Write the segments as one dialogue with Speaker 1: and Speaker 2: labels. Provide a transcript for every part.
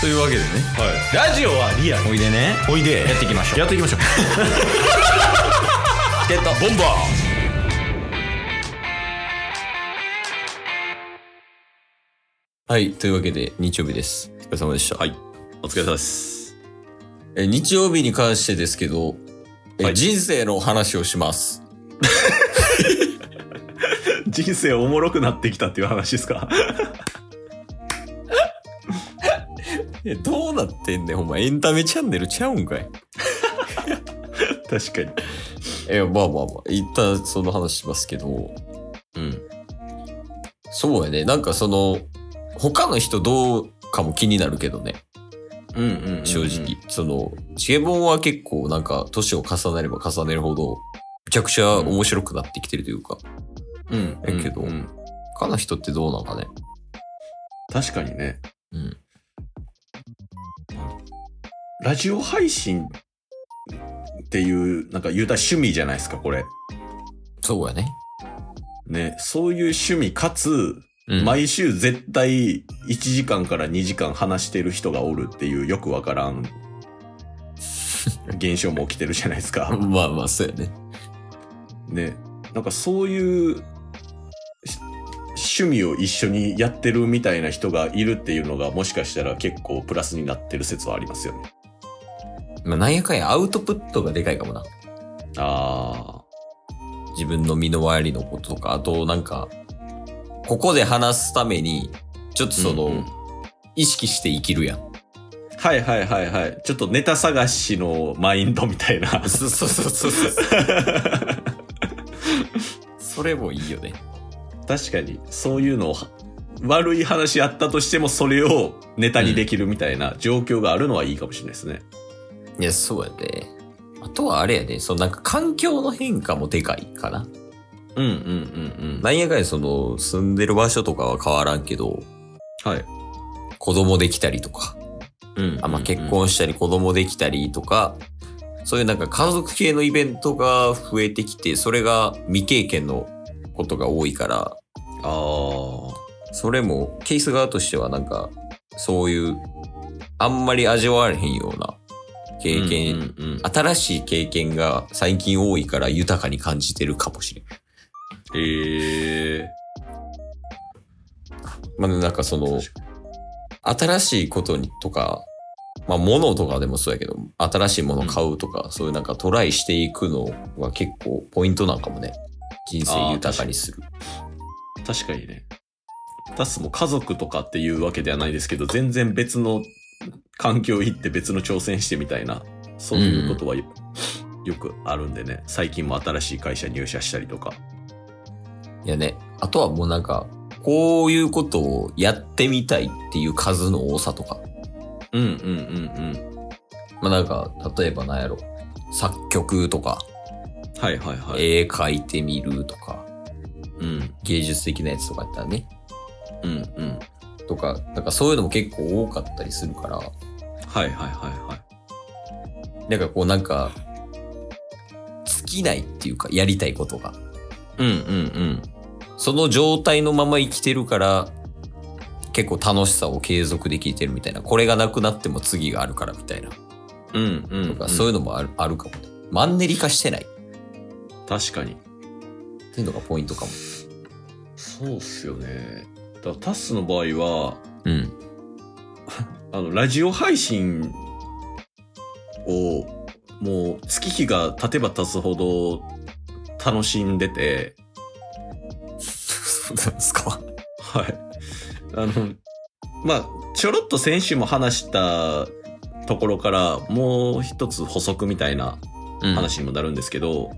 Speaker 1: というわけでね
Speaker 2: ラジオはリアル
Speaker 1: おいでね
Speaker 2: おいで
Speaker 1: やっていきましょう
Speaker 2: やっていきましょう
Speaker 1: チケットボンバーはい。というわけで、日曜日です。お疲れ様でした。はい。
Speaker 2: お疲れ様です
Speaker 1: え、日曜日に関してですけど、え、
Speaker 2: はい
Speaker 1: 人生の話をします。
Speaker 2: 人生おもろくなってきたっていう話ですか
Speaker 1: え、どうなってんねん、ほんま。エンタメチャンネルちゃうんかい。
Speaker 2: 確かに
Speaker 1: え、まあまあまあ、一旦その話しますけど、うん。そうやね。なんかその、他の人どうかも気になるけどね。
Speaker 2: うんうんうんうん
Speaker 1: 正直。その、チゲボンは結構なんか、年を重ねれば重ねるほど、めちゃくちゃ面白くなってきてるというか、
Speaker 2: うん
Speaker 1: やけど
Speaker 2: うんうん
Speaker 1: 他の人ってどうなんかね。
Speaker 2: 確かにね
Speaker 1: うん。
Speaker 2: ラジオ配信っていうなんか言うたら趣味じゃないですかこれ
Speaker 1: そうやね。
Speaker 2: ねそういう趣味かつ
Speaker 1: うん。
Speaker 2: 毎週絶対1時間から2時間話してる人がおるっていうよくわからん現象も起きてるじゃないですか。
Speaker 1: まあまあ、そうやね。
Speaker 2: ね。なんかそういうし趣味を一緒にやってるみたいな人がいるっていうのがもしかしたら結構プラスになってる説はありますよね。
Speaker 1: まあ、なんやかんやアウトプットがでかいかもな。
Speaker 2: あ
Speaker 1: 自分の身の回りのこととか、あとなんか、ここで話すために、ちょっと
Speaker 2: あ。
Speaker 1: その、
Speaker 2: うんうん
Speaker 1: 意識して生きるや ん。
Speaker 2: はいはいはいはい。ちょっとネタ探しのマインドみたいな。
Speaker 1: そうそうそうそうそう。それもいいよね。
Speaker 2: 確かにそういうのをは悪い話あったとしてもそれをネタにできるみたいな状況があるのはいいかもしれないですね。
Speaker 1: いや、そうやで。あとはあれやね、そのなんか環境の変化もでかいかな。
Speaker 2: うんうんうん
Speaker 1: なんやかんやその、住んでる場所とかは変わらんけど、
Speaker 2: うん。はい。
Speaker 1: 子供できたりとか、
Speaker 2: うん
Speaker 1: あまあ、結。婚したり子供できたりとか、そういうなんか家族系のイベントが増えてきて、それが未経験のことが多いから、
Speaker 2: ああ。
Speaker 1: それもケース側としてはなんか、そういう、あんまり味わわれへんような経験、
Speaker 2: うんうんうん
Speaker 1: 新しい経験が最近多いから豊かに感じてるかもしれん。
Speaker 2: ええ
Speaker 1: まあ、なんかその
Speaker 2: 確、
Speaker 1: 新しいことにとか、まあ、物とかでもそうやけど、新しいもの買うとか、そういうなんかトライしていくのは結構ポイントなんかもね。人生豊かにする。
Speaker 2: 確かにね。タスも家族とかっていうわけではないですけど、全然別の環境行って別の挑戦してみたいな、そういうことはよ,、くあるんでね。最近も新しい会社入社したりとか。
Speaker 1: いやね。あとはもうなんか、こういうことをやってみたいっていう数の多さとか。
Speaker 2: うんうんうんうん。
Speaker 1: まあ、なんか、例えばなんやろ。作曲とか、
Speaker 2: はいはいはい。
Speaker 1: 絵描いてみるとか、
Speaker 2: うん
Speaker 1: 芸術的なやつとかやったらね。
Speaker 2: うんうん。
Speaker 1: とか、なんかそういうのも結構多かったりするから、
Speaker 2: はいはいはいはい。
Speaker 1: なんかこうなんか、尽きないっていうか、やりたいことが。
Speaker 2: うんうん
Speaker 1: その状態のまま生きてるから、結構楽しさを継続できてるみたいな。これがなくなっても次があるからみたいな。と
Speaker 2: うん。うんうん、
Speaker 1: か、そういうのもある,、あるかもね。マンネリ化してないっ
Speaker 2: 確かに。
Speaker 1: ていうのがポイントかも。
Speaker 2: そうっすよね。だからタスの場合は、
Speaker 1: うん。
Speaker 2: あの、ラジオ配信を、もう月日が経てば経つほど楽しんでて、
Speaker 1: そうなんですか。
Speaker 2: はい。あの、まあ、ちょろっと先週も話したところから、もう一つ補足みたいな
Speaker 1: うん。
Speaker 2: 話にもなるんですけど、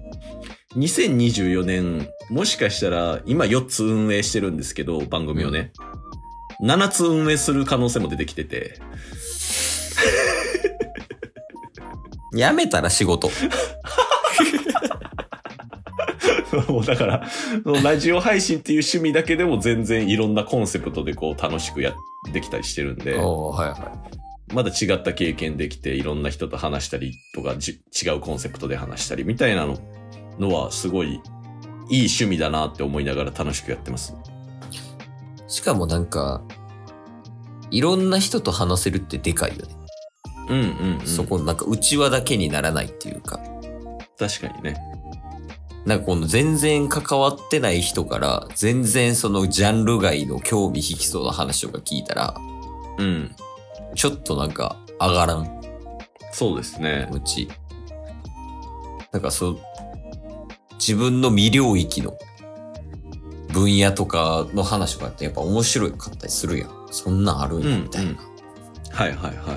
Speaker 2: 2024年、もしかしたら、今4つ運営してるんですけど、番組をね。7つ運営する可能性も出てきてて。
Speaker 1: やめたら仕事。
Speaker 2: もうだから、そのラジオ配信っていう趣味だけでも全然いろんなコンセプトでこう楽しくやってきたりしてるんで、
Speaker 1: おーはいは
Speaker 2: まだ違った経験できて、いろんな人と話したりとか、じ違うコンセプトで話したりみたいなののは、すごいいい趣味だなって思いながら楽しくやってます。
Speaker 1: い。しかもなんか、いろんな人と話せるってでかいよね。
Speaker 2: うんうん、うん。
Speaker 1: そ。こ、なんか、内輪だけにならないっていうか、
Speaker 2: 確かにね。
Speaker 1: なんかこの全然関わってない人から、全然そのジャンル外の興味引きそうな話とか聞いたら、
Speaker 2: うん。
Speaker 1: ちょっとなんか、上がらん、
Speaker 2: そうですね。
Speaker 1: うち。なんか、そう、自分の未領域の分野とかの話とかってやっぱ面白かったりするやん。そんなんあるん
Speaker 2: うん
Speaker 1: や、
Speaker 2: うん
Speaker 1: みたいな。
Speaker 2: はいはいはい。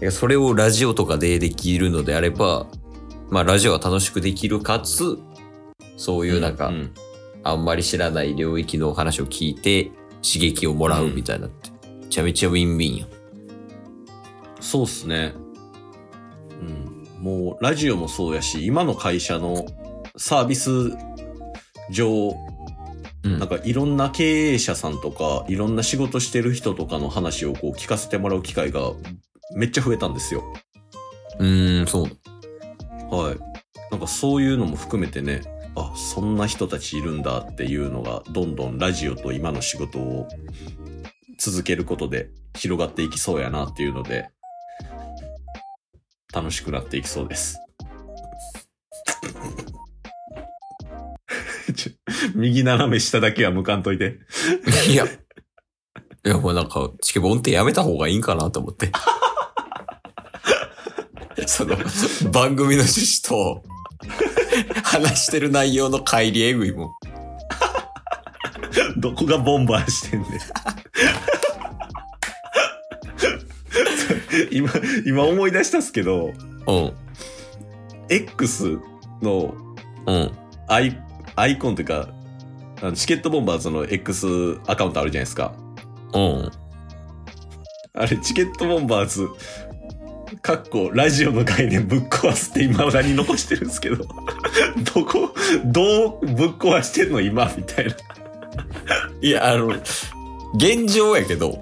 Speaker 1: いやそれをラジオとかでできるのであれば、まあラジオは楽しくできるかつ、そういうなんか、
Speaker 2: うん
Speaker 1: あんまり知らない領域のお話を聞いて刺激をもらうみたいなって、めちゃめちゃウィンウィンやん。
Speaker 2: そうっすね。うん。もう、ラジオもそうやし、今の会社のサービス上、
Speaker 1: うん
Speaker 2: なんかいろんな経営者さんとか、いろんな仕事してる人とかの話をこう聞かせてもらう機会がめっちゃ増えたんですよ。
Speaker 1: うーん、そう。
Speaker 2: はい。なんかそういうのも含めてね、あ、そんな人たちいるんだっていうのが、どんどんラジオと今の仕事を続けることで広がっていきそうやなっていうので、楽しくなっていきそうです。 ちょ右斜め下だけは向かんといて。
Speaker 1: いや。いや、もうなんか、チケボンってやめた方がいいんかなと思 って。その、番組の趣旨と、話してる内容の乖離えぐいもん。
Speaker 2: どこがボンバーしてん ねん。今、今思い出したっすけど、
Speaker 1: うん、
Speaker 2: X の
Speaker 1: うん、
Speaker 2: アイアイコンというか、あのチケットボンバーズの X アカウントあるじゃないですか。
Speaker 1: うん。
Speaker 2: あれ、チケットボンバーズ、かっこ、ラジオの概念ぶっ壊すって今だに残してるんですけど、 どこ、どうぶっ壊してんの今みたいな。
Speaker 1: いや、あの、現状やけど、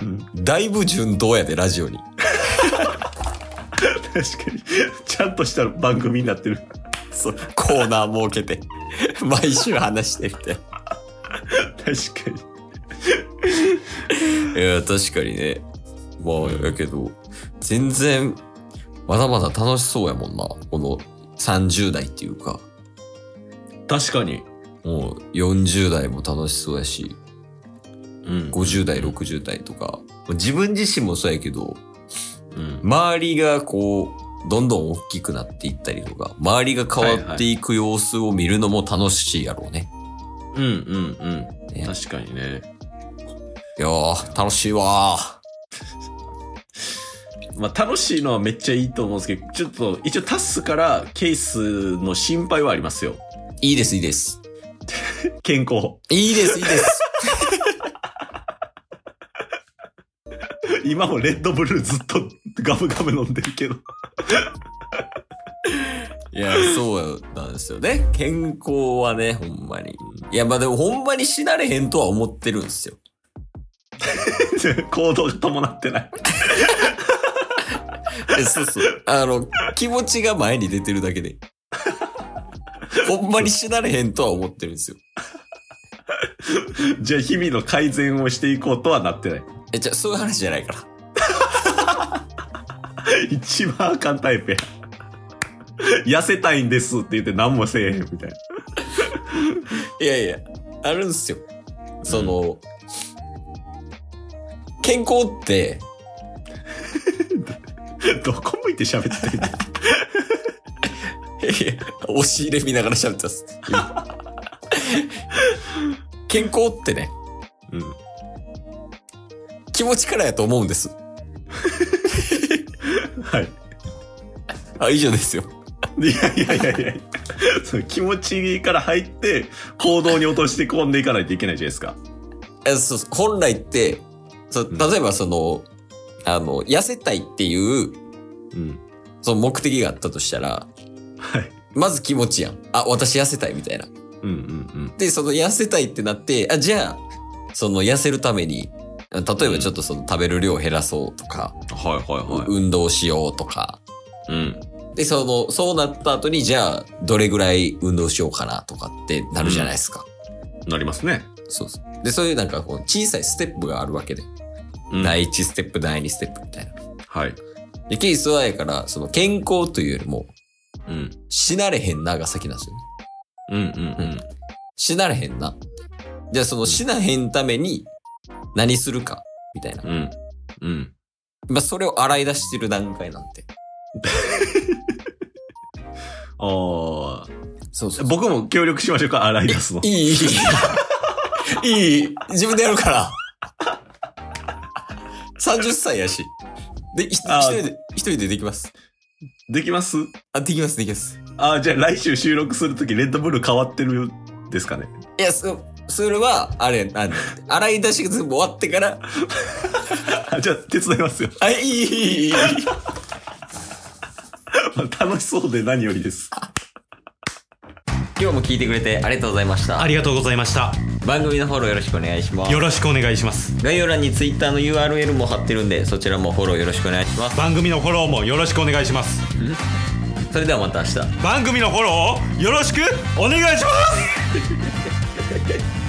Speaker 2: うん
Speaker 1: だいぶ順当やで、ラジオに。
Speaker 2: 確かに。ちゃんとした番組になってる。
Speaker 1: そう、コーナー設けて、毎週話してみたいな。
Speaker 2: 確かに。
Speaker 1: いや、確かにね。まあ、やけど、全然、まだまだ楽しそうやもんな。この30代っていうか、
Speaker 2: 確かに。
Speaker 1: もう40代も楽しそうやし、
Speaker 2: うん。
Speaker 1: 50代、60代とか、自分自身もそうやけど、
Speaker 2: うん。
Speaker 1: 周りがこう、どんどん大きくなっていったりとか、周りが変わっていく様子を見るのも楽しいやろうね。
Speaker 2: うんうんうん。
Speaker 1: ね
Speaker 2: 確かにね。
Speaker 1: いやー、楽しいわー。
Speaker 2: まあ、楽しいのはめっちゃいいと思うんですけど、ちょっと一応タスからケースの心配はありますよ。
Speaker 1: いいです、いいです。
Speaker 2: 健康。
Speaker 1: いいです、いいです。
Speaker 2: 今もレッドブルずっとガブガブ飲んでるけど。
Speaker 1: いや、そうなんですよね。健康はね、ほんまに。いや、まあでもほんまに死なれへんとは思ってるんですよ。
Speaker 2: 行動が伴ってない。
Speaker 1: えそうそう。あの、気持ちが前に出てるだけで。ほんまに死なれへんとは思ってるんですよ。
Speaker 2: じゃあ日々の改善をしていこうとはなってない。
Speaker 1: え、じゃあそういう話じゃないから。
Speaker 2: 一番あかんタイプや。痩せたいんですって言って何もせえへんみたいな。
Speaker 1: いやいや、あるんすよ。その、健康って、
Speaker 2: どこ向いて喋ってんの
Speaker 1: いや押し入れ見ながら喋ってます。今健康ってね、
Speaker 2: うん。
Speaker 1: 気持ちからやと思うんです。
Speaker 2: はい。
Speaker 1: あ、以上ですよ。
Speaker 2: いやいやいやいやその気持ちから入って行動に落として込んでいかないといけないじゃないですか。
Speaker 1: えそうそう本来って、そう
Speaker 2: うん
Speaker 1: 例えばその、あの、痩せたいっていう、
Speaker 2: うん。
Speaker 1: その目的があったとしたら、
Speaker 2: はい。
Speaker 1: まず気持ちやん。あ、私痩せたいみたいな。
Speaker 2: うんうん
Speaker 1: で、その痩せたいってなって、あ、じゃあ、その痩せるために、例えばちょっとその食べる量を減らそうとか、
Speaker 2: うん。はいはいう
Speaker 1: 運動しようとか。
Speaker 2: はい。うん。
Speaker 1: で、その、そうなった後に、じゃあ、どれぐらい運動しようかなとかってなるじゃないですか。
Speaker 2: なりますね。
Speaker 1: そうそう。で、そういうなんかこう、小さいステップがあるわけで。
Speaker 2: うん
Speaker 1: 第1ステップ、第2ステップみたいな。
Speaker 2: はい。
Speaker 1: で、ケースはやから、その健康というよりも、
Speaker 2: うん。
Speaker 1: 死なれへんなが先なんですよね。
Speaker 2: うんうんうん。
Speaker 1: 死なれへんな。じゃあその死なへんために何するか、みたいな。
Speaker 2: うん。うん。
Speaker 1: まあそれを洗い出してる段階なんて。
Speaker 2: ああ。
Speaker 1: そうそ
Speaker 2: 僕も協力しましょうか、洗い出すの
Speaker 1: い。い、いい。いい、自分でやるから。30歳やし。で、ひ
Speaker 2: あ
Speaker 1: 一人で、一人でできます。
Speaker 2: できます
Speaker 1: あ、できます、できます。
Speaker 2: ああ、じゃあ来週収録するとき、レッドブル変わってるんですかね。
Speaker 1: いや、そ、それは、あれ、なんだ洗い出しが全部終わってから、
Speaker 2: あじゃあ、手伝いますよ。
Speaker 1: あ、いい、いい、いい。
Speaker 2: 楽しそうで何よりです。
Speaker 1: 今日も聞いてくれてありがとうございました。
Speaker 3: ありがとうございました
Speaker 1: 番組のフォローよろしくお願いします
Speaker 3: よ。ろしくお願いします
Speaker 1: 概要欄に Twitter の URL も貼ってるんで、そちらもフォローよろしくお願いします。
Speaker 3: 番組のフォローもよろしくお願いします
Speaker 1: それではまた明日。
Speaker 3: 番組のフォローをよろしくお願いします